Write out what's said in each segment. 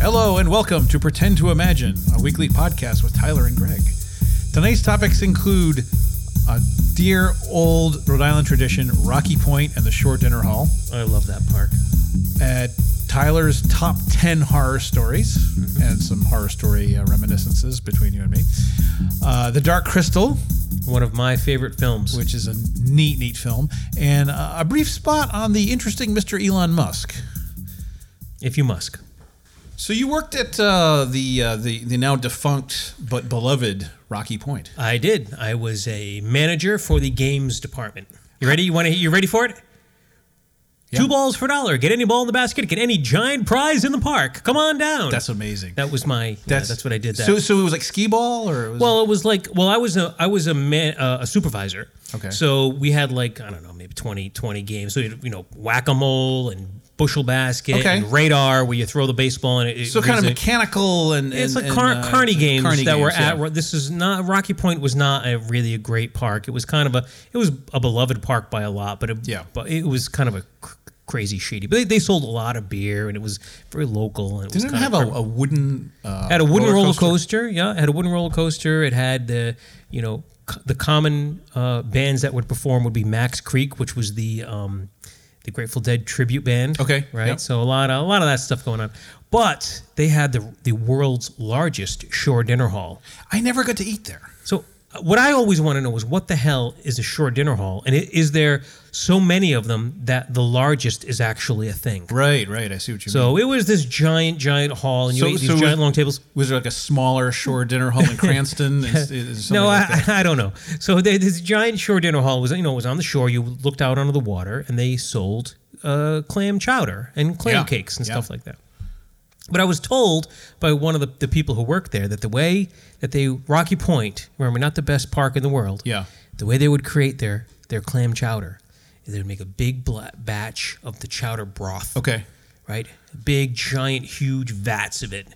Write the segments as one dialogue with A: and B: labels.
A: Hello and welcome to Pretend to Imagine, a weekly podcast with Tyler and Greg. Tonight's topics include a dear old Rhode Island tradition, Rocky Point and the Shore Dinner Hall,
B: I love that park.
A: uh, Tyler's top 10 horror stories, and some horror story uh, reminiscences between you and me, uh, The Dark Crystal,
B: One of my favorite films.
A: which is a neat, neat film, and uh, a brief spot on the interesting Mr. Elon Musk.
B: if you must.
A: So you worked at uh, the, uh, the the now defunct but beloved Rocky Point.
B: I did. I was a manager for the games department. You ready? You want to? You ready for it?
A: Yeah.
B: Two balls for a dollar. Get any ball in the basket. Get any giant prize in the park. Come on down.
A: That's amazing.
B: that was my. That's, that's what I did. That.
A: So so it was like skee ball or it was,
B: Well, it was like well, I was a I was a man, uh, a supervisor.
A: Okay.
B: So we had like I don't know, maybe 20, 20 games. So you know, whack a mole and bushel basket
A: Okay.
B: and radar, where you throw the baseball and it. it
A: so kind of
B: rings it.
A: mechanical and,
B: It's
A: and-
B: like car-
A: and, uh,
B: Carney games
A: Carney
B: that were
A: games, yeah.
B: at. This is not Rocky Point was not a really a great park. It was kind of a it was a beloved park by a lot, but it,
A: Yeah.
B: but it was kind of a cr- crazy shady. But they, they sold a lot of beer and it was very local. And it
A: Didn't it
B: was kind
A: have
B: of
A: a,
B: cr-
A: a wooden uh,
B: had a wooden roller coaster. Yeah, it had a wooden roller coaster. It had the you know c- the common uh, bands that would perform would be Max Creek, which was the um, the Grateful Dead tribute band.
A: Okay,
B: right.
A: yep.
B: So a lot of, a lot of that stuff going on. But they had the the world's largest shore dinner hall.
A: I never got to eat there.
B: So uh, what I always want to know is what the hell is a shore dinner hall, and i- is there so many of them that the largest is actually a thing?
A: Right, right. I see what you mean.
B: So it was this giant, giant hall, and you
A: So-
B: ate these
A: so was-
B: giant long tables.
A: Was there like a smaller shore dinner hall in Cranston? Is- is something
B: No,
A: like that?
B: I, I don't know. So they, this giant shore dinner hall was, you know, it was on the shore. You looked out onto the water, and they sold uh, clam chowder and clam
A: Yeah,
B: cakes and
A: yeah.
B: stuff like that. But I was told by one of the, the people who worked there that the way that they Rocky Point, remember, not the best park in the world.
A: Yeah.
B: The way they would create their their clam chowder is they would make a big bla- batch of the chowder broth
A: okay.
B: right? Big, giant, huge vats of it,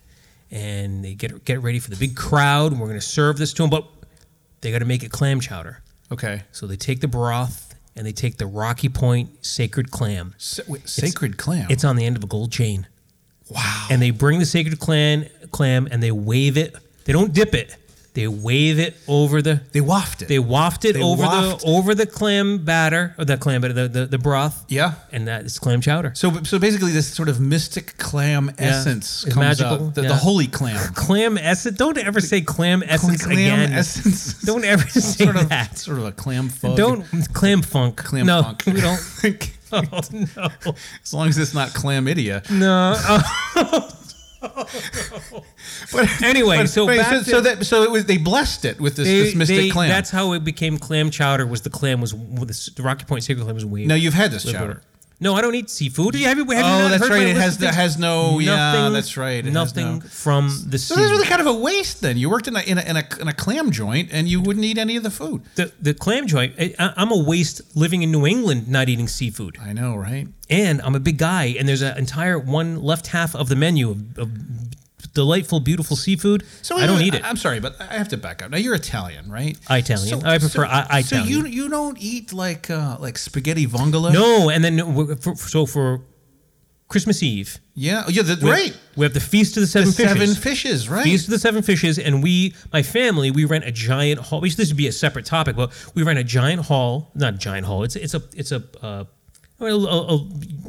B: and they get get ready for the big crowd. And we're going to serve this to them, but they got to make it clam chowder.
A: Okay.
B: So they take the broth and they take the Rocky Point sacred clam.
A: Sa- wait, sacred clam.
B: It's on the end of a gold chain,
A: wow.
B: and they bring the sacred clam clam and they wave it. They don't dip it. They wave it over the.
A: They wafted.
B: They waft it
A: They
B: over
A: waft.
B: the over the clam batter or the clam batter the, the, the broth.
A: Yeah.
B: and that is clam chowder.
A: So, so basically, this sort of mystic clam essence
B: It's
A: comes
B: magical,
A: out. The, the
B: yeah.
A: holy clam.
B: Clam essence. Don't ever say clam essence
A: clam
B: again.
A: essence.
B: Don't ever say
A: sort of,
B: that.
A: sort of a clam fog.
B: Don't clam funk.
A: clam
B: no,
A: funk.
B: we don't.
A: as
B: Oh no,
A: long as it's not chlamydia.
B: no. Oh,
A: But
B: Anyway, so
A: wait,
B: back
A: so,
B: to-
A: so that so it was they blessed it with this, this mystic
B: they-
A: clam.
B: That's how it became clam chowder. Was the clam was the Rocky Point sacred clam was weird.
A: now you've had this chowder.
B: No, I don't eat seafood. Have you, have you
A: Oh,
B: not
A: that's
B: heard
A: right.
B: my
A: It
B: list
A: has
B: of
A: the,
B: things?
A: has no. yeah,
B: Nothing-
A: that's right. It has
B: nothing
A: no-
B: from the sea.
A: So this was kind of a waste. Then you worked in a, in a in a in a clam joint, and you wouldn't eat any of the food.
B: the, the clam joint. I, I- I'm a waste living in New England, not eating seafood.
A: I know, right?
B: and I'm a big guy, and there's an entire one left half of the menu of, of delightful, beautiful seafood. So I don't eat it.
A: I'm sorry, but I have to back up. Now you're Italian, right?
B: Italian. I prefer I-
A: So you you don't eat like uh, like spaghetti vongole?
B: no, and then w- for, so for Christmas Eve,
A: Yeah. oh, Yeah. The,
B: we have-
A: right.
B: We have the feast of the seven
A: The
B: fishes.
A: seven fishes. Right.
B: Feast of the seven fishes, and we, my family, we rent a giant hall. Which this would be a separate topic, but we rent a giant hall. Not a giant hall. It's it's a it's a. Uh, a, a- a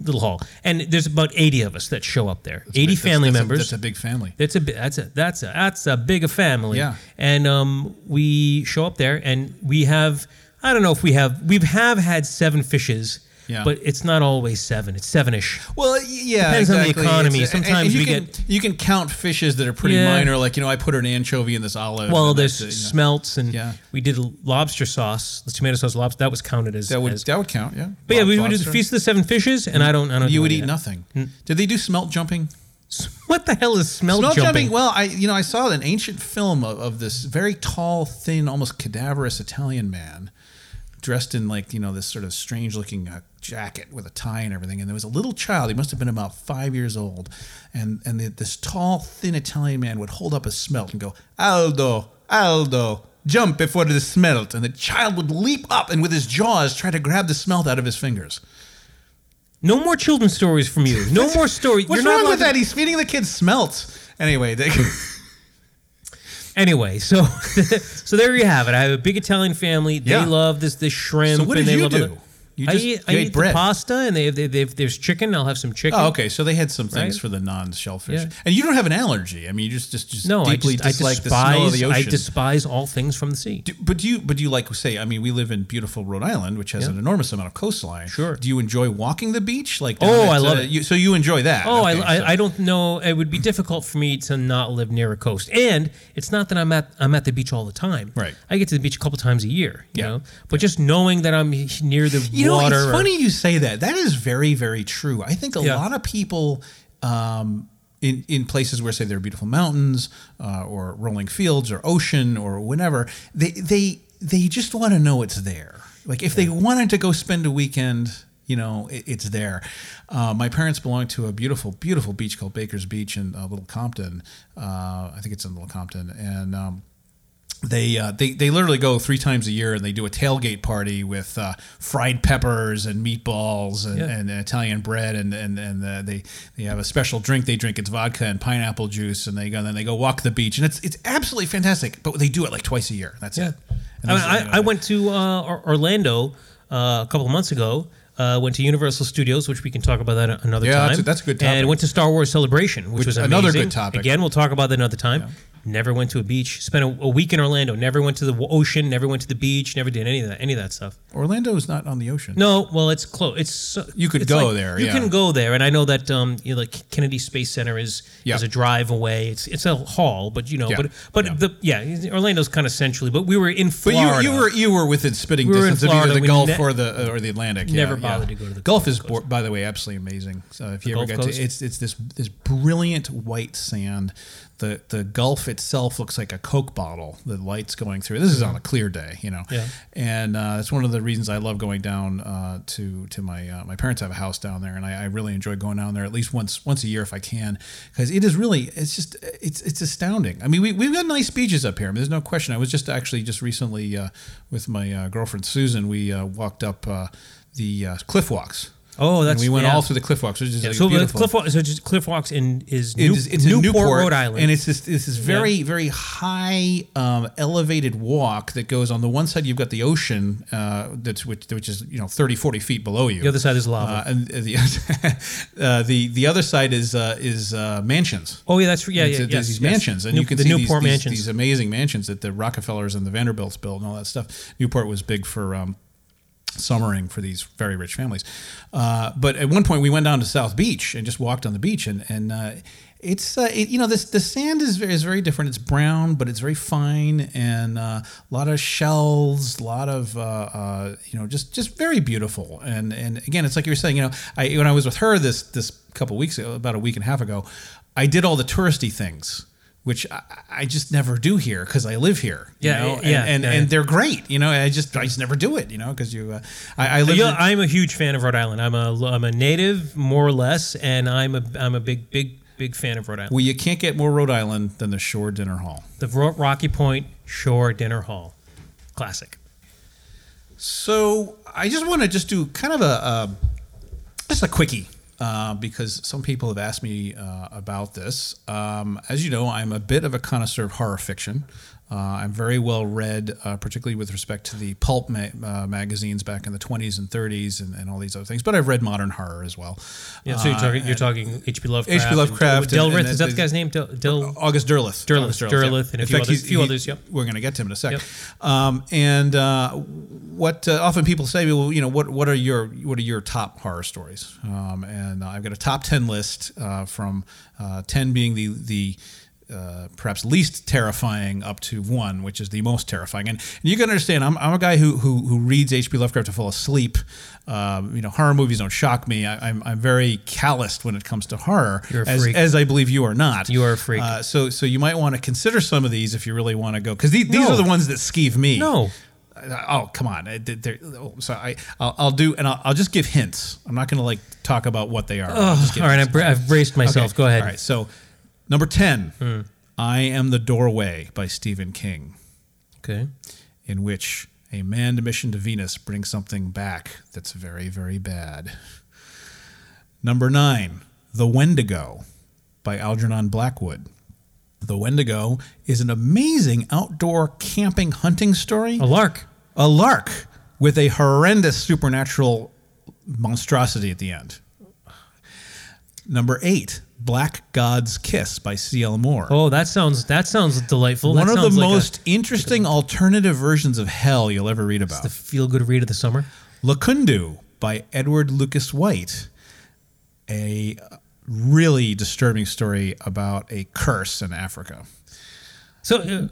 B: little hall, and there's about 80 of us that show up there. 80
A: That's-
B: family
A: that's
B: members.
A: A, that's a big family.
B: That's a bi- that's a that's a that's a big a family.
A: Yeah.
B: And um, we show up there, and we have I don't know if we have we have had seven fishes.
A: Yeah.
B: But it's not always seven. It's seven ish.
A: Well, y- yeah,
B: Depends on the
A: exactly.
B: economy.
A: It's- and- and
B: Sometimes
A: you
B: we
A: can, you can count fishes that are pretty
B: Yeah.
A: minor, like you know, I put an anchovy in this olive.
B: Well,
A: and
B: there's
A: that's it, you know.
B: smelts, and
A: Yeah.
B: we did a lobster sauce, the tomato sauce lobster. That was counted as.
A: that would
B: as-
A: that would count, yeah.
B: but yeah, we would
A: Lobster.
B: do the feast of the seven fishes, and I don't. I don't.
A: You
B: do
A: would
B: any
A: eat
B: of that.
A: nothing. Did they do smelt jumping?
B: What the hell is smelt,
A: Smell jumping.
B: jumping?
A: Well, I you know I saw an ancient film of, of this very tall, thin, almost cadaverous Italian man, dressed in like you know this sort of strange looking uh, jacket with a tie and everything. And there was a little child. He must have been about five years old, and and the, this tall, thin Italian man would hold up a smelt and go Aldo, Aldo. Jump before the smelt, and the child would leap up and with his jaws try to grab the smelt out of his fingers.
B: No more children's stories from you. No more stories.
A: What's wrong with that? He's feeding the kids smelts. Anyway, they,
B: Anyway, so so there you have it. I have a big Italian family. They
A: Yeah.
B: love this this shrimp.
A: So what
B: and
A: did
B: they
A: you
B: love
A: do?
B: other-
A: You
B: I
A: just-
B: eat, I
A: you
B: eat
A: ate
B: the
A: bread.
B: pasta, and they, they, they, there's chicken. I'll have some chicken.
A: oh, okay. So they had some things
B: Right.
A: for the non-shellfish,
B: Yeah.
A: and you don't have an allergy. I mean, you just just, just
B: No, I,
A: deeply
B: just, I
A: dislike
B: despise.
A: the smell of the ocean.
B: I despise all things from the sea.
A: Do- but do you but do you like say I mean we live in beautiful Rhode Island which has
B: Yeah.
A: an enormous amount of coastline.
B: Sure.
A: Do you enjoy walking the beach? Like
B: Oh,
A: down
B: I
A: at,
B: love
A: uh,
B: it.
A: You, so you enjoy that?
B: Oh,
A: Okay,
B: I,
A: so-
B: I, I don't know. It would be difficult for me to not live near a coast, and it's not that I'm at I'm at the beach all the time.
A: Right.
B: I get to the beach a couple times a year. You
A: Yeah.
B: know, but just knowing that I'm h- near the
A: you know
B: water.
A: it's
B: or-
A: funny you say that. That is very very true. I think a
B: Yeah.
A: lot of people. Um, in, in places where say there are beautiful mountains uh, or rolling fields or ocean or whatever, they they they just want to know it's there. Like if they wanted to go spend a weekend, you know, it, it's there. Uh, my parents belong to a beautiful beautiful beach called Baker's Beach in uh, Little Compton. Uh, I think it's in Little Compton, and um, they uh, they they literally go three times a year and they do a tailgate party with uh, fried peppers and meatballs and,
B: Yeah.
A: and Italian bread and and and uh, they they have a special drink they drink it's vodka and pineapple juice and they go then they go walk the beach and it's it's absolutely fantastic but they do it like twice a year that's
B: Yeah.
A: it
B: I,
A: And
B: mean,
A: those are-
B: I, I went to uh, Or- Orlando uh, a couple of months ago. Uh, went to Universal Studios, which we can talk about that a- another
A: Yeah,
B: time.
A: that's a- that's a good
B: And
A: topic.
B: went to Star Wars Celebration, which,
A: Which-
B: was
A: another
B: amazing.
A: good topic.
B: Again, we'll talk about that another time. Never went to a beach. Spent a, a week in Orlando. Never went to the w- ocean. Never went to the beach. Never did any of that. Any of that stuff.
A: Orlando is not on the ocean
B: No, well, it's close. It's so,
A: You could
B: it's
A: go
B: like-
A: there,
B: You
A: yeah.
B: can go there, and I know that um, you know, like Kennedy Space Center is
A: Yeah.
B: is a drive away. It's it's a haul, but you know,
A: Yeah,
B: but but
A: yeah.
B: the yeah, Orlando's kind of centrally. But we were in
A: but
B: Florida.
A: you you were you were within spitting
B: We were in
A: distance of
B: Florida.
A: either the
B: We
A: Gulf
B: ne-
A: or the or the Atlantic yeah,
B: never
A: yeah.
B: bothered to go to the
A: Gulf
B: Gulf
A: is
B: Coast.
A: bor- by the way absolutely amazing so if you ever
B: Gulf
A: get to
B: Coast?
A: it's it's this this brilliant white sand the the Gulf itself looks like a Coke bottle the lights going through this is on a clear day you know
B: Mm. Yeah.
A: and uh, that's one of the reasons I love going down uh, to to my uh, my parents have a house down there and I, I really enjoy going down there at least once once a year if I can because it is really it's just it's it's astounding I mean we, we've got nice beaches up here I mean, there's no question I was just actually just recently uh, with my uh, girlfriend Susan we uh, walked up uh, the uh, cliff walks
B: Oh, that's
A: and we went
B: yeah.
A: all through the cliff walks which is
B: Yeah,
A: like
B: so the
A: beautiful.
B: Cliff Walk, so just Cliff Walks in is
A: It
B: New,
A: is- it's in
B: Newport, Rhode Island,
A: and it's this this is very very high um, elevated walk that goes on the one side. You've got the ocean uh, that's which which is you know 30, 40 feet below you.
B: the other side is lava.
A: uh, and the, uh, the the other side is uh, is uh, mansions.
B: oh yeah, that's yeah yeah.
A: It's-
B: yes,
A: there's these
B: yes.
A: mansions, and
B: New-
A: you can
B: the
A: see these-
B: Newport
A: these,
B: mansions.
A: these amazing mansions that the Rockefellers and the Vanderbilts built, and all that stuff. Newport was big for um, summering for these very rich families. Uh, but at one point, we went down to South Beach and just walked on the beach, and and uh, it's uh, it, you know this the sand is very, is very different. It's brown, but it's very fine, and uh, a lot of shells, a lot of uh, uh, you know just just very beautiful. And and again, it's like you were saying, you know, I when I was with her this this couple weeks ago, about a week and a half ago. I did all the touristy things, which I, I just never do here because I live here. you
B: Yeah,
A: know?
B: yeah,
A: and and,
B: yeah.
A: and they're great. You know, I just I just never do it. You know, because you, uh, I, I live.
B: You know,
A: in-
B: I'm a huge fan of Rhode Island. I'm a I'm a native, more or less, and I'm a I'm a big big big fan of Rhode Island.
A: well, you can't get more Rhode Island than the Shore Dinner Hall.
B: The Ro- Rocky Point Shore Dinner Hall, classic.
A: So I just want to just do kind of a uh, just a quickie uh, because some people have asked me uh, about this. Um, as you know, I'm a bit of a connoisseur of horror fiction. Uh, I'm very well read, uh, particularly with respect to the pulp ma- uh, magazines back in the 20s and 30s and, and all these other things. But I've read modern horror as well.
B: Yeah, so you're
A: Uh,
B: talking you're talking H.P. Lovecraft.
A: H.P. Lovecraft
B: Del
A: and-
B: Rith
A: and
B: is that the
A: the- Oh,
B: guy's name? Del, Del
A: August Derleth.
B: Derleth,
A: August
B: Derleth, and a
A: In
B: few
A: fact,
B: others-
A: he's-
B: few
A: he-
B: others, yep.
A: We're going to get to him in a sec.
B: Yep.
A: Um, and uh, what uh, often people say, well, you know, what what are your what are your top horror stories? Um, and uh, I've got a top ten list uh, from uh, ten being the the. Uh, perhaps least terrifying up to one, which is the most terrifying. And, and you can understand, I'm, I'm a guy who, who, who reads H.P. Lovecraft to fall asleep. Um, you know, horror movies don't shock me. I, I'm, I'm very calloused when it comes to horror,
B: You're a
A: as,
B: freak.
A: as I believe you are not.
B: You are a freak.
A: Uh, so so you might want to consider some of these if you really want to go because these, these
B: No.
A: are the ones that skeeve me.
B: No.
A: Uh, Oh come on! I did- they're- oh, So I I'll, I'll do and I'll, I'll just give hints. I'm not going to like talk about what they are. I'll just
B: oh,
A: give
B: all right,
A: hints.
B: I've, bra- I've braced myself.
A: Okay.
B: Go ahead. Hmm.
A: All right. So number ten, I am the doorway by Stephen King,
B: Okay.
A: in which a manned mission to Venus brings something back that's very very bad. Number nine, The Wendigo by Algernon Blackwood. The Wendigo is an amazing outdoor camping hunting story
B: A lark.
A: a lark with a horrendous supernatural monstrosity at the end. Number eight, Black God's Kiss by C.L. Moore.
B: Oh, that sounds that sounds delightful.
A: One of
B: That
A: the
B: sounds like a-
A: most interesting alternative versions of hell you'll ever read about.
B: the feel good read of the summer.
A: Lacundu by Edward Lucas White, a really disturbing story about a curse in Africa.
B: So uh,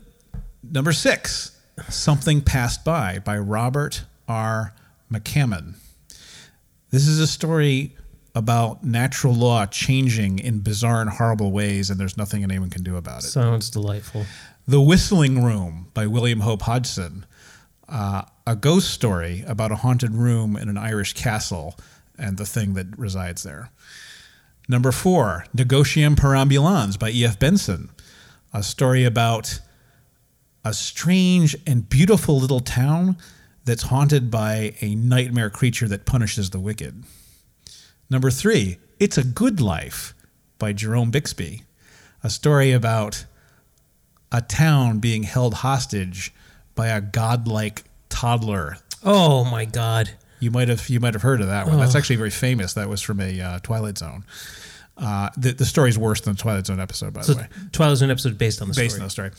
A: Number six, Something Passed By by Robert R. McCammon. This is a story about natural law changing in bizarre and horrible ways, and there's nothing anyone can do about it.
B: sounds delightful.
A: The Whistling Room by William Hope Hodgson, uh, a ghost story about a haunted room in an Irish castle and the thing that resides there. Number four, Negotium per Ambulance by E.F. Benson, a story about a strange and beautiful little town that's haunted by a nightmare creature that punishes the wicked. Number three, It's a Good Life by Jerome Bixby, a story about a town being held hostage by a godlike toddler.
B: Oh my god.
A: You might have you might have heard of that one. That's actually very famous. That was from a uh, Twilight Zone. Uh, the, the story's worse than the Twilight Zone episode, by
B: So
A: the way.
B: Twilight Zone episode based on the
A: based
B: story.
A: on that story.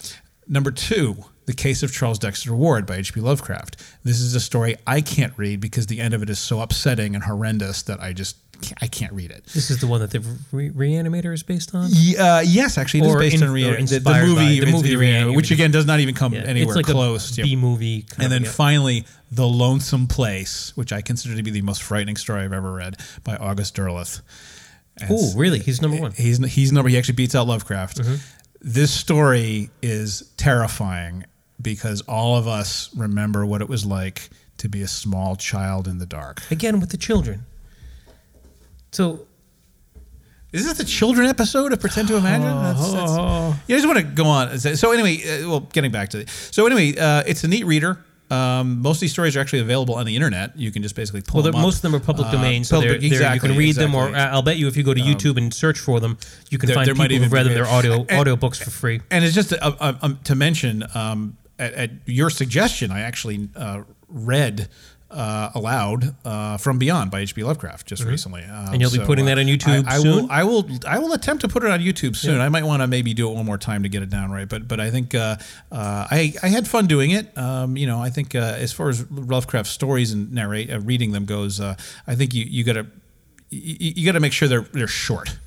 A: Number two, The Case of Charles Dexter Ward by H.P. Lovecraft. This is a story I can't read because the end of it is so upsetting and horrendous that I just can't, I can't read it.
B: This is the one that the re- Reanimator is based on.
A: Y- Uh, yes, actually, it is
B: Or
A: based
B: in-
A: on re-
B: or
A: the, the
B: inspired
A: movie,
B: by- the movie
A: it's-
B: Reanimator.
A: which again does not even come anywhere
B: it's like
A: close.
B: a
A: Yeah.
B: B movie.
A: and then finally, The Lonesome Place, which I consider to be the most frightening story I've ever read by August Derleth. And
B: oh, really? He's number one.
A: He's he's number he actually beats out Lovecraft. This story is terrifying because all of us remember what it was like to be a small child in the dark.
B: Again with the children. So
A: Is this the children episode of Pretend to Imagine? That's- that's- you just want to go on. So anyway, uh, well, getting back to it. So anyway, uh, it's a neat reader. Um, most of these stories are actually available on the internet. You can just basically pull
B: well, they're-
A: them up.
B: most of them are public
A: Uh,
B: domain, so they're,
A: public-
B: they're, you can
A: exactly,
B: read them. Or
A: exactly. Um,
B: uh, I'll bet you if you go to YouTube and search for them, you can
A: there-
B: find
A: there might
B: people who've
A: even
B: read
A: be
B: them. They're
A: videos.
B: audio
A: And-
B: audio books for free.
A: and it's just uh, uh, um, to mention um, at, at your suggestion, I actually uh, read uh, aloud uh, from Beyond by H.P. Lovecraft just recently, Um,
B: Mm-hmm. And you'll be putting that on YouTube
A: I, I
B: soon?
A: Will, I will. I will attempt to put it on YouTube soon. I might want to maybe do it one more time to get it down right, but but I think uh, uh, I I had fun doing it. Um, you know, I think uh, as far as Lovecraft stories and narrate uh, reading them goes, uh, I think you you got to you, you got to make sure they're they're short.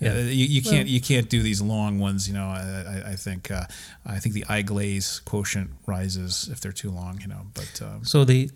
A: Yeah. you, you can't you can't do these long ones. You know, I, I, I think uh, I think the eye glaze quotient rises if they're too long. You know, but um,
B: So the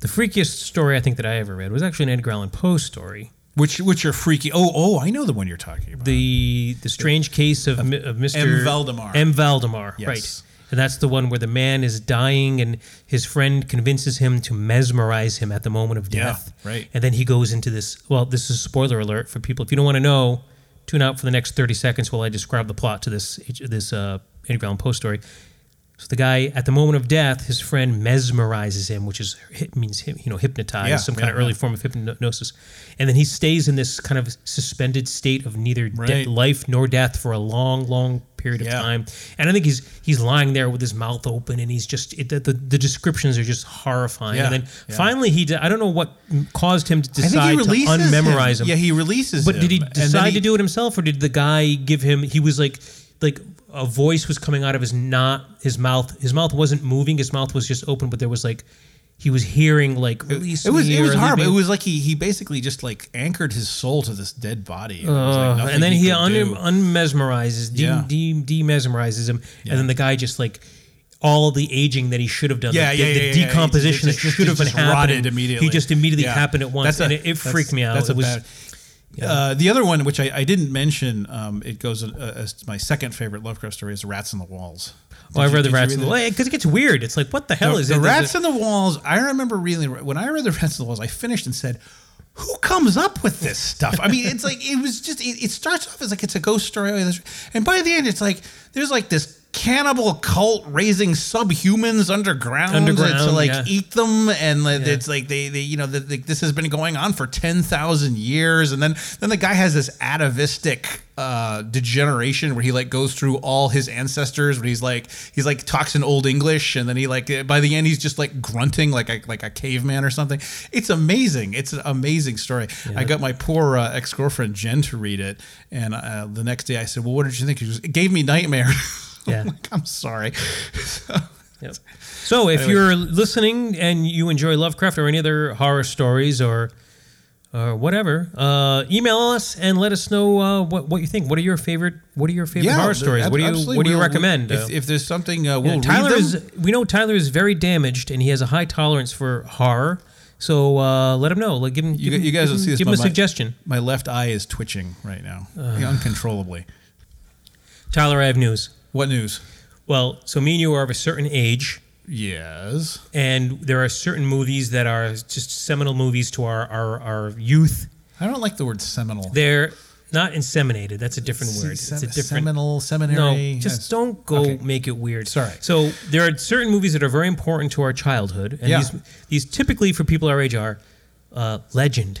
B: the freakiest story I think that I ever read was actually an Edgar Allan Poe story.
A: which which are freaky. Oh oh, I know the one you're talking about.
B: The the strange case of, Mi- of Mr.
A: Valdemar.
B: M. Valdemar, right.
A: Yes.
B: And that's the one where the man is dying and his friend convinces him to mesmerize him at the moment of
A: Yeah,
B: death.
A: right.
B: And then he goes into this well, this is a spoiler alert for people. If you don't want to know, tune out for the next 30 seconds while I describe the plot to this this uh, Edgar Allan Poe story. So the guy, at the moment of death, his friend mesmerizes him, which is it means hy- you know hypnotized,
A: Yeah,
B: some kind of
A: yeah,
B: early form of hypnosis, and then he stays in this kind of suspended state of neither de-
A: Right.
B: life nor death for a long, long period of
A: Yeah.
B: time. And I think he's he's lying there with his mouth open, and he's just it, the, the the descriptions are just horrifying.
A: Yeah,
B: And then
A: yeah.
B: finally, he de- I don't know what m- caused him to
A: I think he
B: decide to
A: releases
B: unmemorize him.
A: Yeah, he releases.
B: But did he
A: him, and then
B: decide
A: he-
B: to do it himself, or did the guy give him? He was like, like a voice was coming out of his not his mouth. His mouth wasn't moving. His mouth was just open, but there was like he was hearing like release.
A: It was
B: me,"
A: it was
B: or
A: horrible. It
B: leave me-
A: was like he he basically just like anchored his soul to this dead body. And, it was like
B: Uh,
A: nothing
B: and then he,
A: could
B: un-
A: do.
B: unmesmerizes, de-
A: Yeah.
B: de- demesmerizes him,
A: Yeah.
B: and then the guy just like all the aging that he should have done,
A: Yeah,
B: the,
A: yeah,
B: the
A: yeah, yeah, yeah.
B: decomposition
A: It just-
B: that
A: it
B: should have been
A: just rotted
B: happening,
A: immediately.
B: He just immediately
A: Yeah.
B: happened at once,
A: That's a-
B: and it, it
A: that's-
B: freaked me out.
A: That's
B: it
A: a
B: was
A: bad- Uh, the other one, which I, I didn't mention, um, it goes uh, as my second favorite Lovecraft story is "Rats in the Walls."
B: well, Oh, I
A: Did you-
B: read the
A: did you
B: rats
A: read
B: in the
A: that?
B: because it gets weird. It's like what the hell
A: the,
B: is
A: the
B: it? There's a-
A: rats in the walls. I remember really when I read the rats in the walls, I finished and said, "Who comes up with this stuff?" I mean, it's like it was just. It, it starts off as like it's a ghost story, and by the end, it's like there's like this cannibal cult raising subhumans underground,
B: Underground,
A: to like
B: yeah.
A: eat them, and like,
B: Yeah.
A: it's like they, they you know, the, the, this has been going on for ten thousand years, and then then the guy has this atavistic. Uh, degeneration where he like goes through all his ancestors where he's like he's like talks in old english and then he like by the end he's just like grunting like a like a caveman or something it's amazing it's an amazing story i got my poor uh, ex-girlfriend jen to read it and uh, the next day i said well what did you think she goes, it gave me nightmares
B: Yeah.
A: like, I'm sorry.
B: Yep. So if you're listening and you enjoy Lovecraft or any other horror stories or or whatever, uh, email us and let us know uh, what what you think. What are your favorite What are your favorite horror stories?
A: ab-
B: What do you
A: absolutely.
B: What do you
A: We'll-
B: recommend?
A: If,
B: Uh,
A: if there's something, uh, we'll
B: Tyler
A: read them.
B: is. We know Tyler is very damaged, and he has a high tolerance for horror. So uh, let him know. Like, give him.
A: you,
B: give him-
A: you guys
B: give
A: will
B: him-
A: see this.
B: Give
A: but
B: him a
A: my-
B: suggestion.
A: My left eye is twitching right now, uncontrollably.
B: Tyler, I have news.
A: What news?
B: Well, so me and you are of a certain age.
A: Yes.
B: And there are certain movies that are just seminal movies to our, our, our youth
A: I don't like the word seminal.
B: They're not inseminated. That's a different
A: Se-
B: word. it's
A: sem-
B: a different.
A: seminal seminary.
B: no,
A: Yes.
B: just don't go
A: Okay.
B: make it weird.
A: Sorry.
B: So there are certain movies that are very important to our childhood, and
A: Yeah.
B: these these typically for people our age are uh, legend,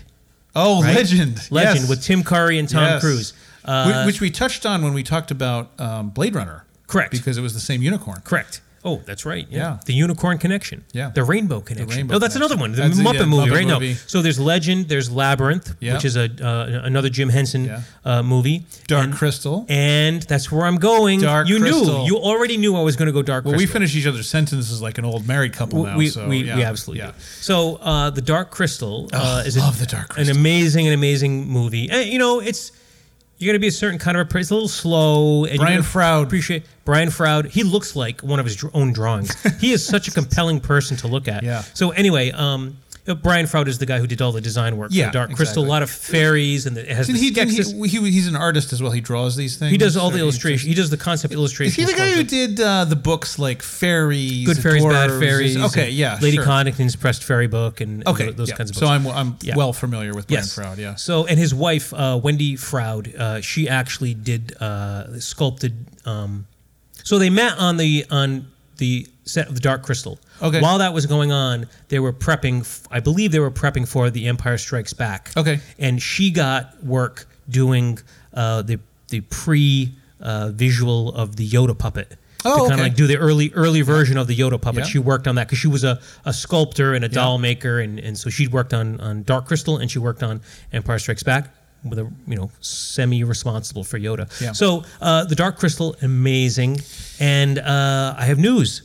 A: Oh,
B: right?
A: legend.
B: legend
A: yes.
B: with Tim Curry and Tom
A: Yes.
B: Cruise. Uh,
A: Whi- which we touched on when we talked about um, Blade Runner.
B: Correct.
A: Because it was the same unicorn.
B: correct. Oh, that's right. Yeah.
A: Yeah.
B: The Unicorn Connection.
A: Yeah.
B: The Rainbow Connection.
A: Rainbow
B: no, that's another one.
A: Connection.
B: The
A: That's the,
B: Muppet
A: uh,
B: movie,
A: Muppet
B: right? No.
A: movie.
B: So there's Legend, there's Labyrinth,
A: Yeah.
B: which is a uh, another Jim Henson
A: Yeah.
B: uh, movie.
A: Dark
B: And-
A: Crystal.
B: And that's where I'm going.
A: Dark
B: you
A: Crystal.
B: knew. You already knew I was going to go dark.
A: well, we
B: Crystal.
A: finish each other's sentences like an old married couple now.
B: We,
A: so,
B: we,
A: yeah.
B: we absolutely
A: Yeah. Oh,
B: do. So uh, the Dark Crystal uh, is a-
A: love The Dark Crystal.
B: an amazing, an amazing movie. And, you know, it's you're gonna be a certain kind of a. per- It's a little slow. And you're
A: Brian
B: gonna
A: Froud.
B: appreciate Brian Froud. He looks like one of his dr- own drawings. he is such a compelling person to look at.
A: Yeah.
B: So anyway, um, uh, Brian Froud is the guy who did all the design work.
A: Yeah,
B: for the Dark Crystal,
A: exactly.
B: a lot of fairies, and the, it has
A: Didn't
B: the
A: he, didn't
B: Skeksis.
A: he, he- he's an artist as well. He draws these things.
B: He does all the
A: So he's
B: illustration. He does the concept illustration.
A: Is he the guy who did uh, the books like fairies,
B: Good fairies, bad
A: Dwarves?
B: fairies.
A: Okay,
B: and
A: yeah,
B: Lady
A: sure.
B: Connington's pressed fairy book and and
A: Okay,
B: those
A: yeah.
B: kinds of books.
A: So I'm I'm
B: Yeah.
A: well familiar with Brian Froud. Yeah,
B: So and his wife uh, Wendy Froud, uh, she actually did uh, sculpted. Um, so they met on the on the set of the Dark Crystal.
A: Okay.
B: While that was going on, they were prepping. f- I believe they were prepping for The Empire Strikes Back.
A: Okay.
B: And she got work doing uh, the the pre uh, visual of the Yoda puppet.
A: Oh,
B: to kind
A: okay.
B: of like do the early early version of the Yoda puppet.
A: Yeah.
B: She worked on that because she was a, a sculptor and a doll maker, and, and so she'd worked on, on Dark Crystal and she worked on Empire Strikes Back with a you know semi responsible for Yoda.
A: Yeah.
B: So uh, the Dark Crystal, amazing, and uh, I have news.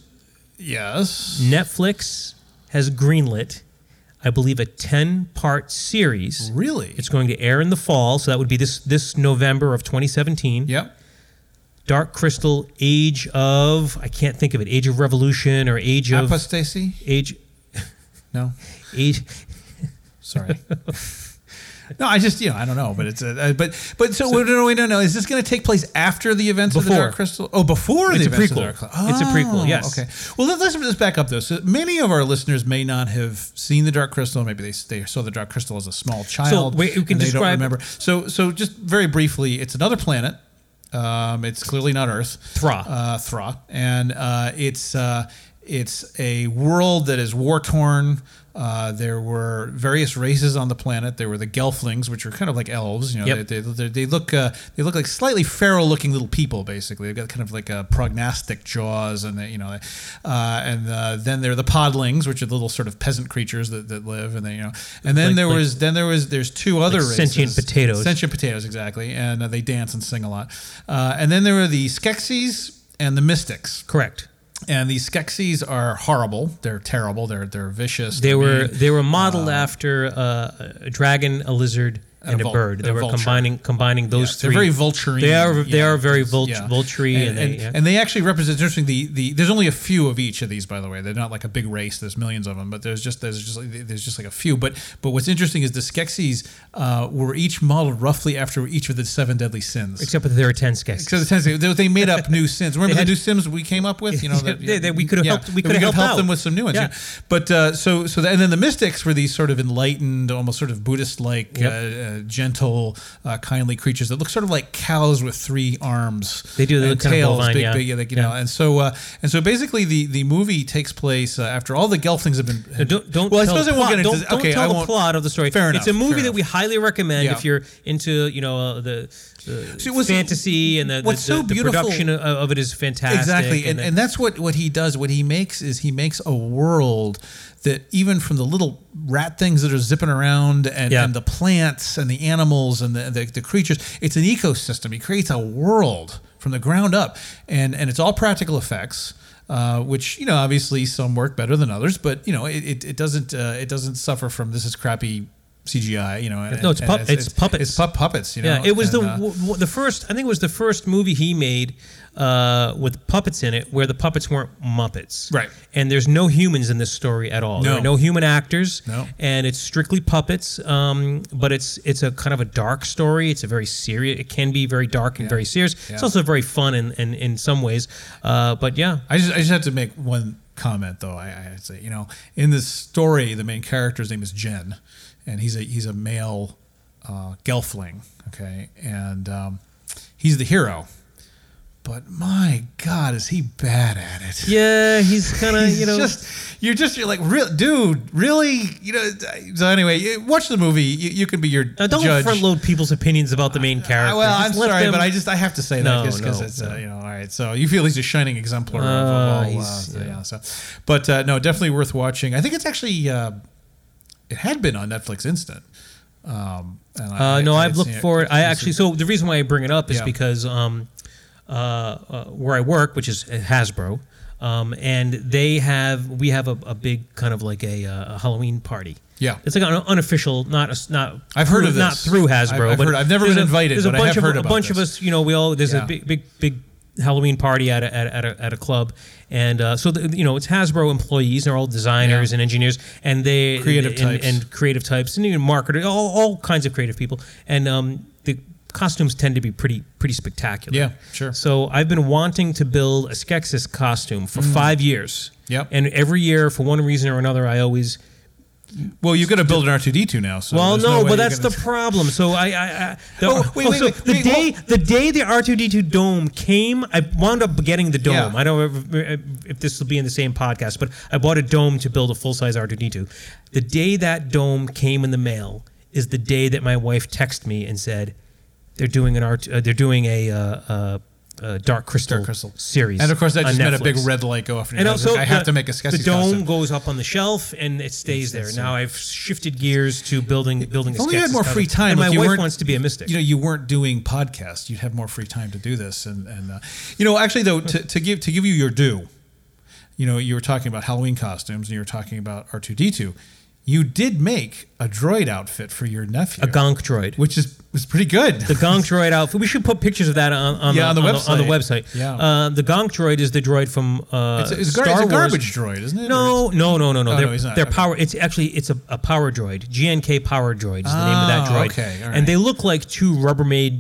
A: yes,
B: Netflix has greenlit, I believe, a ten part series.
A: really.
B: It's going to air in the fall, so that would be this this November of 2017.
A: yep.
B: Dark Crystal, Age of I can't think of it, Age of Revolution or Age of
A: Apostasy?
B: Age
A: No,
B: Age.
A: sorry. no, I just you know I don't know, but it's a, uh, but but so, wait, no, wait, no, no. Is this going to take place after the events of the
B: Before.
A: Dark Crystal? Oh, before
B: It's
A: the
B: a
A: events
B: prequel.
A: of the Dark Crystal.
B: It's a prequel,
A: Oh,
B: yes.
A: Okay. Well, let, let's let's back up though. So many of our listeners may not have seen the Dark Crystal. Maybe they they saw the Dark Crystal as a small child.
B: wait, you can
A: and they
B: describe-
A: don't remember. So so just very briefly, it's another planet. Um, it's clearly not Earth.
B: Thra.
A: Uh, Thra, and uh, it's uh, it's a world that is war torn. Uh, there were various races on the planet. There were the Gelflings, which are kind of like elves. You know,
B: Yep.
A: they, they, they, they look uh, they look like slightly feral looking little people. Basically, they've got kind of like a prognostic jaws, and they, you know, uh, and uh, then there are the Podlings, which are the little sort of peasant creatures that, that live, and they you know, and then
B: Like-
A: there
B: like-
A: was then there was there's two other
B: Like
A: races,
B: sentient potatoes.
A: Sentient potatoes, exactly, and uh, they dance and sing a lot. Uh, and then there were the Skeksis and the Mystics.
B: Correct.
A: And the Skeksis are horrible. They're terrible. They're they're vicious.
B: They
A: They're
B: were
A: mean.
B: they were modeled after uh, a dragon, a lizard, and, a,
A: vul-
B: bird.
A: and
B: They
A: a
B: were
A: vulture.
B: combining combining those
A: they're very
B: three.
A: vulturine.
B: They are they
A: yeah.
B: are very vult-
A: Yeah.
B: vulturine.
A: and,
B: And,
A: and,
B: they, yeah.
A: and they actually represent. It's interesting. The, the there's only a few of each of these, by the way. They're not like a big race. There's millions of them, but there's just there's just like, there's just like a few. But but what's interesting is the Skeksis uh, were each modeled roughly after each of the seven deadly sins.
B: except that there are ten skeksis.
A: So the tendency they, they made up new sins. Remember
B: had-
A: the new Sims we came up with? You know that,
B: They- they- we could've helped- we
A: that
B: could've
A: could've
B: helped out.
A: them with some new ones.
B: Yeah.
A: you know. But uh, so so the, and then the mystics were these sort of enlightened, almost sort of Buddhist like
B: Yep.
A: uh, uh, gentle, uh, kindly creatures that look sort of like cows with three arms.
B: They do, they
A: and
B: look kind of bovine,
A: big,
B: yeah.
A: big, like, you
B: Yeah.
A: know. And so, uh, and so basically, the the movie takes place uh, after all the Gelf things have been.
B: No, don't don't.
A: Well, I
B: tell
A: suppose
B: the
A: I won't
B: plot.
A: get into.
B: Don't,
A: this.
B: don't
A: okay,
B: tell
A: I
B: the
A: won't.
B: plot of the story.
A: Fair
B: It's a
A: enough,
B: movie
A: fair
B: that we highly recommend
A: Yeah.
B: if you're into you know uh, the, the
A: See, what's-
B: fantasy and the, the,
A: what's so
B: the- the
A: beautiful-
B: production of, of it is fantastic.
A: Exactly, and,
B: the-
A: and that's what what he does. What he makes is he makes a world that even from the little rat things that are zipping around and,
B: Yeah.
A: and the plants and the animals and the, the the creatures, it's an ecosystem. He creates a world from the ground up, and and it's all practical effects. Uh, which you know, obviously, some work better than others, but you know, it, it, it doesn't uh, it doesn't suffer from this is crappy CGI. You know, and,
B: No, it's
A: and
B: pup- it's puppets.
A: It's pu- puppets. You know,
B: yeah, it was
A: and,
B: the
A: uh,
B: w- w- the first. I think it was the first movie he made uh, with puppets in it, where the puppets weren't Muppets.
A: Right.
B: And there's no humans in this story at all. There
A: No.
B: are no human actors.
A: No.
B: And it's strictly puppets. Um, but it's it's a kind of a dark story. It's a very serious. It can be very dark and very serious.
A: Yeah.
B: It's also very fun in in, in some ways. Uh, but yeah,
A: I just I just have to make one comment though. I, I I'd say you know in this story the main character's name is Jen, and he's a he's a male uh, gelfling. Okay, and um, he's the hero. But my God, is he bad at it?
B: yeah, he's kind of
A: He's
B: you know.
A: just you're just you're like real dude, really, you know. So anyway, you- watch the movie. You, you can be your
B: Now, don't
A: judge.
B: front load people's opinions about the main character.
A: Uh, Well,
B: Just
A: I'm
B: let
A: sorry,
B: them-
A: but I just I have to say
B: No,
A: that just because
B: no,
A: it's
B: no.
A: uh, you know all right. So you feel he's a shining exemplar of-
B: Uh,
A: of all. Uh,
B: he's-
A: so,
B: yeah.
A: yeah. so, but uh, no, definitely worth watching. I think it's actually uh, it had been on Netflix Instant. Um, and
B: Uh,
A: I-
B: no,
A: I
B: I've
A: had
B: looked
A: seen it
B: for it. I
A: previously.
B: actually, so the reason why I bring it up is
A: Yeah.
B: because um, uh, uh, where I work, which is at Hasbro, um, and they have, we have a, a big kind of like a, uh, a Halloween party.
A: Yeah.
B: it's like an unofficial, not a, not.
A: I've heard of
B: not
A: this.
B: through Hasbro.
A: I've- I've
B: but
A: heard- I've never
B: there's
A: been
B: a-
A: invited,
B: There's a
A: but I
B: bunch
A: have
B: of
A: heard
B: a
A: about
B: bunch of
A: this.
B: us. You know, we all there's
A: Yeah.
B: a big, big, big Halloween party at a, at, a- at a, at a club, and uh, so the, you know it's Hasbro employees. They're all designers
A: Yeah.
B: and engineers, and they
A: Creative
B: and-
A: types.
B: and creative types and even marketers, all, all kinds of creative people, and um, the costumes tend to be pretty pretty spectacular.
A: Yeah, sure.
B: So I've been wanting to build a Skeksis costume for five years.
A: Mm. Yep.
B: And every year, for one reason or another, I always
A: Well, you've got to build an R2D2 now. So
B: well,
A: there's
B: no,
A: way
B: but
A: you're
B: that's
A: gonna-
B: the problem. So I, I, I the,
A: Oh, wait, wait,
B: so
A: wait,
B: the
A: wait,
B: day,
A: hold-
B: the day the R two D two dome came, I wound up getting the dome.
A: Yeah.
B: I don't remember if this will be in the same podcast, but I bought a dome to build a full size R two D two. The day that dome came in the mail is the day that my wife texted me and said they're doing an art, uh, they're doing a. Uh, uh, uh, Dark Crystal,
A: Dark Crystal.
B: series,
A: and of course that
B: on
A: just made a big
B: Netflix.
A: red light go off. in your
B: And
A: head. It's
B: also,
A: like, I have
B: the-
A: to make a
B: The
A: Skeksis
B: dome
A: costume.
B: goes up on the shelf and it stays there.
A: it's-
B: Now I've shifted gears to building building.
A: If
B: a
A: only you had
B: Skeksis
A: more
B: costume.
A: free time.
B: And
A: like
B: my
A: you
B: wife
A: weren't-
B: wants to be a mystic.
A: You know, you weren't doing podcasts. You'd have more free time to do this. And and uh, you know, actually though, to, to give to give you your due, you know, you were talking about Halloween costumes and you were talking about R two D two. You did make a droid outfit for your nephew,
B: a gonk droid.
A: which is was pretty good.
B: The gonk droid outfit. We should put pictures of that on, on,
A: Yeah,
B: the,
A: on the
B: on the
A: website.
B: website.
A: Yeah.
B: Uh, the gonk droid is the droid from uh,
A: it's, a- it's a gar-
B: Star
A: it's a
B: Wars.
A: garbage droid, isn't it? Or
B: No, no, no, no, no.
A: Oh,
B: they're
A: no, he's not.
B: they're
A: Okay.
B: power. It's actually it's a, a power droid. GNK power droid is the name of that
A: Ah,
B: droid.
A: okay, all right.
B: And they look like two Rubbermaid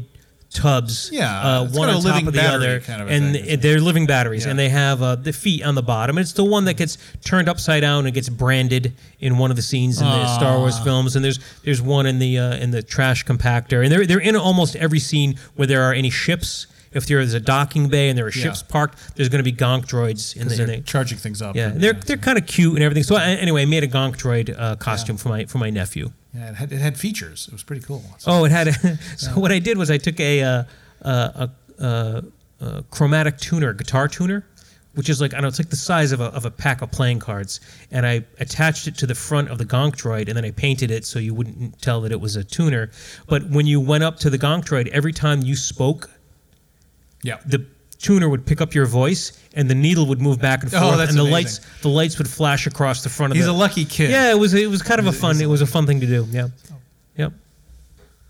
B: tubs.
A: Yeah,
B: uh,
A: it's
B: one
A: got a
B: on top
A: living
B: of the
A: battery
B: other,
A: kind of a
B: and
A: thing, isn't it?
B: they're living batteries,
A: Yeah.
B: and they have uh, the feet on the bottom. It's the one that gets turned upside down and gets branded in one of the scenes in
A: Ah.
B: the Star Wars films. And there's there's one in the uh, in the trash compactor, and they're they're in almost every scene where there are any ships. If there is a docking bay and there are
A: Yeah.
B: ships parked, there's going to be gonk droids in the, in
A: they're
B: the
A: charging things up.
B: yeah,
A: and,
B: they're
A: uh,
B: they're kind of cute and everything. So I, anyway, I made a Gonk Droid uh, costume for my for my nephew.
A: yeah, it had, it had features. It was pretty cool. So-
B: Oh, it had. A, so what I did was I took a uh, uh, a, uh, a chromatic tuner, guitar tuner, which is like I don't know, it's like the size of a of a pack of playing cards, and I attached it to the front of the Gonk Droid, and then I painted it so you wouldn't tell that it was a tuner. But when you went up to the Gonk Droid, every time you spoke,
A: yeah,
B: the tuner would pick up your voice and the needle would move back and
A: Oh,
B: forth
A: that's
B: and the
A: amazing.
B: lights the lights would flash across the front of
A: he's
B: the
A: a lucky kid. Oh.
B: yeah, it was it was kind of a fun it was a fun thing to do. Yeah, yep.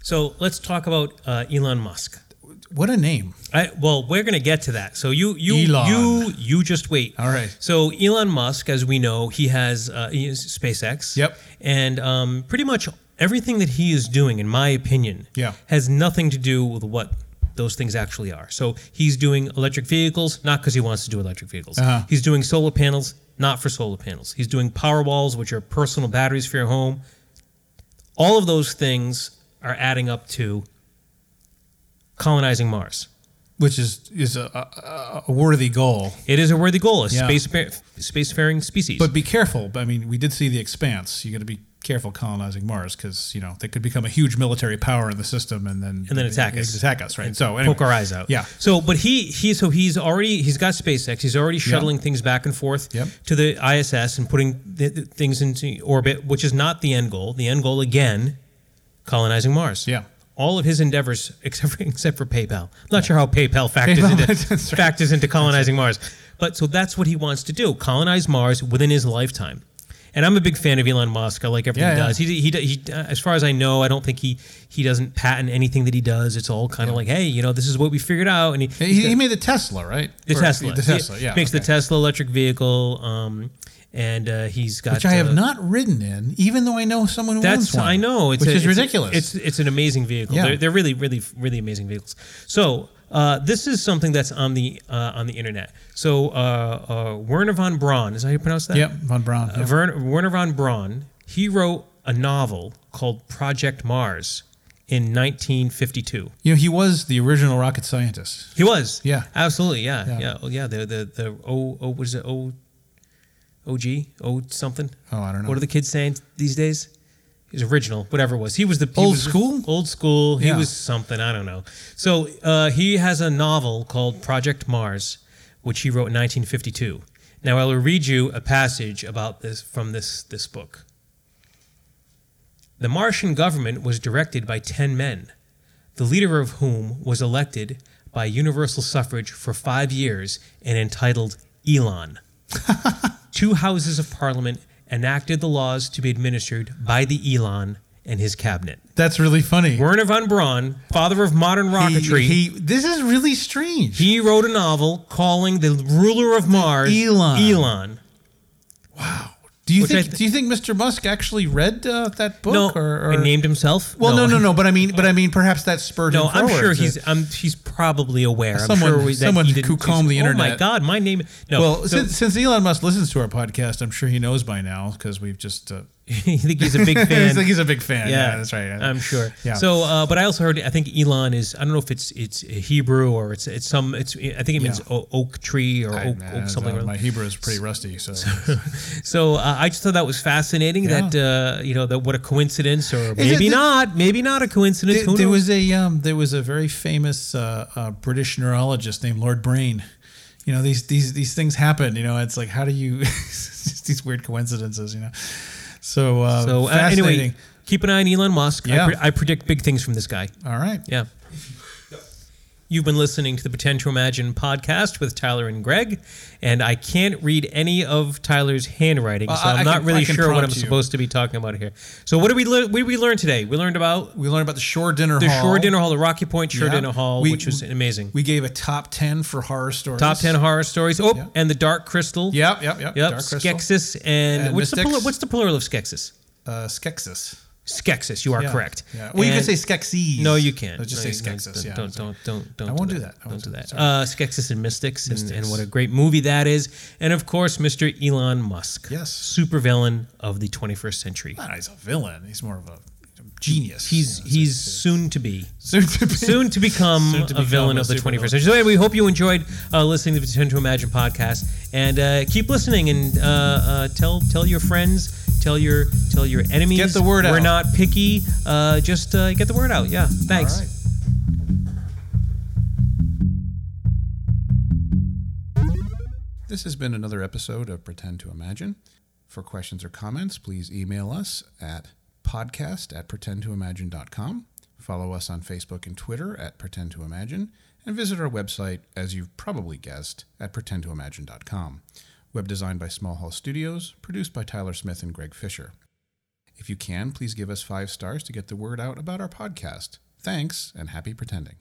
B: So let's talk about uh, Elon Musk.
A: What a name.
B: I, well, we're gonna get to that. So you you
A: Elon.
B: you you just wait.
A: All right.
B: So Elon Musk, as we know, he has uh, he has SpaceX.
A: Yep.
B: And um, pretty much everything that he is doing, in my opinion,
A: Yeah.
B: has nothing to do with what those things actually are. So he's doing electric vehicles, not because he wants to do electric vehicles.
A: Uh-huh.
B: He's doing solar panels, not for solar panels. He's doing power walls, which are personal batteries for your home. All of those things are adding up to colonizing Mars.
A: which is is a, a, a worthy goal.
B: It is a worthy goal, a
A: Yeah.
B: space spacefaring species.
A: But be careful. I mean, we did see the Expanse. You got to be careful colonizing Mars because you know they could become a huge military power in the system and then
B: And then attack
A: they-
B: us.
A: attack us, right? so anyway,
B: poke our eyes out.
A: Yeah.
B: So, but he he so he's already he's got SpaceX. He's already shuttling things back and forth
A: Yep.
B: to the ISS and putting th- th- things into orbit, which is not the end goal. The end goal again, colonizing Mars.
A: Yeah.
B: All of his endeavors, except for, except for PayPal. I'm not sure how PayPal factors
A: PayPal,
B: into
A: that's right.
B: factors into colonizing Mars. But so that's what he wants to do: colonize Mars within his lifetime. And I'm a big fan of Elon Musk. I like everything
A: Yeah,
B: he
A: yeah.
B: does. He, he, he, as far as I know, I don't think he he doesn't patent anything that he does. It's all kind of like, hey, you know, this is what we figured out. And he,
A: He, he made the Tesla, right?
B: the
A: Or-
B: Tesla,
A: The Tesla,
B: He
A: yeah.
B: makes the
A: okay.
B: Tesla electric vehicle. Um, and uh, he's got
A: Which I
B: uh,
A: have not ridden in, even though I know someone who
B: That's
A: owns one.
B: I know it's
A: which
B: a-
A: is
B: it's a-
A: ridiculous.
B: It's it's an amazing vehicle.
A: Yeah.
B: They're, they're really really really amazing vehicles. So uh, this is something that's on the uh, on the internet. So uh, uh, Werner von Braun is that how you pronounce that?
A: yep, von Braun.
B: Uh,
A: yeah.
B: Werner, Werner von Braun, he wrote a novel called Project Mars in 1952.
A: You know, he was the original rocket scientist.
B: He was.
A: Yeah.
B: Absolutely. Yeah. Yeah.
A: Yeah.
B: Yeah. Oh, yeah. The the the O O what is it? O O G O something.
A: Oh, I don't know.
B: What are the kids saying these days? He's original, whatever it was. He was the he
A: Old
B: was the-
A: school?
B: Old school. He
A: Yeah.
B: was something. I don't know. So uh, he has a novel called Project Mars, which he wrote in 1952. Now I will read you a passage about this from this this book. The Martian government was directed by 10 men, the leader of whom was elected by universal suffrage for five years and entitled Elon. Two houses of parliament enacted the laws to be administered by the Elon and his cabinet.
A: That's really funny.
B: Werner von Braun, father of modern rocketry, he,
A: He, he, this is really strange.
B: wrote a novel calling the ruler of Mars
A: Elon.
B: Elon.
A: do you
B: which I
A: think?
B: th-
A: do you think Mr. Musk actually read uh, that book?
B: No,
A: or, or
B: and named himself.
A: Well, no, no, no. But I mean, but I mean, perhaps that spurred
B: No,
A: him.
B: I'm
A: forward
B: sure
A: to-
B: he's. I'm, he's probably aware.
A: Someone-
B: I'm sure that
A: someone
B: he didn't
A: who combed the
B: Oh my
A: internet.
B: God, my name. No,
A: Well,
B: so-
A: since, since Elon Musk listens to our podcast, I'm sure he knows by now because we've just. Uh,
B: I think he's a big fan.
A: he's, like, he's a big fan. Yeah, that's right.
B: I'm sure.
A: Yeah.
B: So, uh, but I also heard. I think Elon is. I don't know if it's it's Hebrew or it's it's some. It's I think it means
A: Yeah.
B: o- oak tree or
A: I-
B: oak,
A: nah,
B: oak something.
A: so
B: or
A: uh, My Hebrew is pretty rusty, so
B: So uh, I just thought that was fascinating.
A: Yeah.
B: That uh, you know that what a coincidence or maybe
A: it-
B: not, maybe not a coincidence.
A: there,
B: Who
A: there
B: knows?
A: was a um, there was a very famous uh, uh, British neurologist named Lord Brain. You know these these these things happen. You know it's like how do you it's just these weird coincidences? You know, so uh,
B: so uh,
A: fascinating.
B: anyway, keep an eye on Elon Musk. I,
A: Yeah.
B: pre- I predict big things from this guy.
A: All right,
B: Yeah. You've been listening to the Potential Imagine podcast with Tyler and Greg, and I can't read any of Tyler's handwriting, so
A: I-
B: I'm
A: I
B: not
A: can-
B: really
A: I can
B: sure what I'm
A: prompt you.
B: supposed to be talking about here. So, what did we learn? What did we learn today? We learned about
A: we learned about the Shore Dinner
B: the
A: Hall.
B: Shore Dinner Hall, the Rocky Point Shore
A: Yeah.
B: Dinner Hall,
A: We-
B: which was amazing.
A: We gave a top ten for horror stories.
B: Top ten horror stories. Oh,
A: Yeah.
B: and the Dark Crystal.
A: Yep, yep, yep.
B: Yep.
A: Dark Crystal.
B: Skeksis and,
A: And
B: what's the
A: Mystics.
B: plural, what's the plural of Skeksis?
A: Uh, Skeksis.
B: Skeksis. You are
A: Yeah.
B: correct.
A: Yeah. Well, you
B: And-
A: could say Skeksis.
B: No, you can't.
A: Let's just
B: No,
A: say
B: you- no,
A: Skeksis.
B: Don't,
A: yeah.
B: don't, don't, don't, don't.
A: I won't
B: do
A: do
B: that.
A: that. I
B: Don't
A: won't
B: do
A: do
B: that.
A: that.
B: Uh, Skeksis and Mystics, and, and
A: Mystics.
B: what a great movie that is. And of course, Mr. Elon Musk.
A: Yes.
B: Supervillain of the 21st century.
A: Not he's a villain. He's more of a genius.
B: He's
A: you know,
B: he's soon to be
A: soon to be.
B: soon to become
A: Soon to
B: a
A: become
B: villain
A: a
B: of the
A: supervillain.
B: 21st century. So anyway, we hope you enjoyed uh, listening to the Pretend to Imagine podcast, and uh, keep listening and uh, uh, tell tell your friends. Tell your tell your enemies.
A: Get the word
B: We're
A: out.
B: not picky. Uh, just uh, get the word out. Yeah. Thanks.
A: All right. This has been another episode of Pretend to Imagine. For questions or comments, please email us at podcast at pretendtoimagine.com. Follow us on Facebook and Twitter at Pretend to Imagine, and visit our website, as you've probably guessed, at pretendtoimagine.com. Web designed by Small Hall Studios, produced by Tyler Smith and Greg Fisher. If you can, please give us five stars to get the word out about our podcast. Thanks, and happy pretending.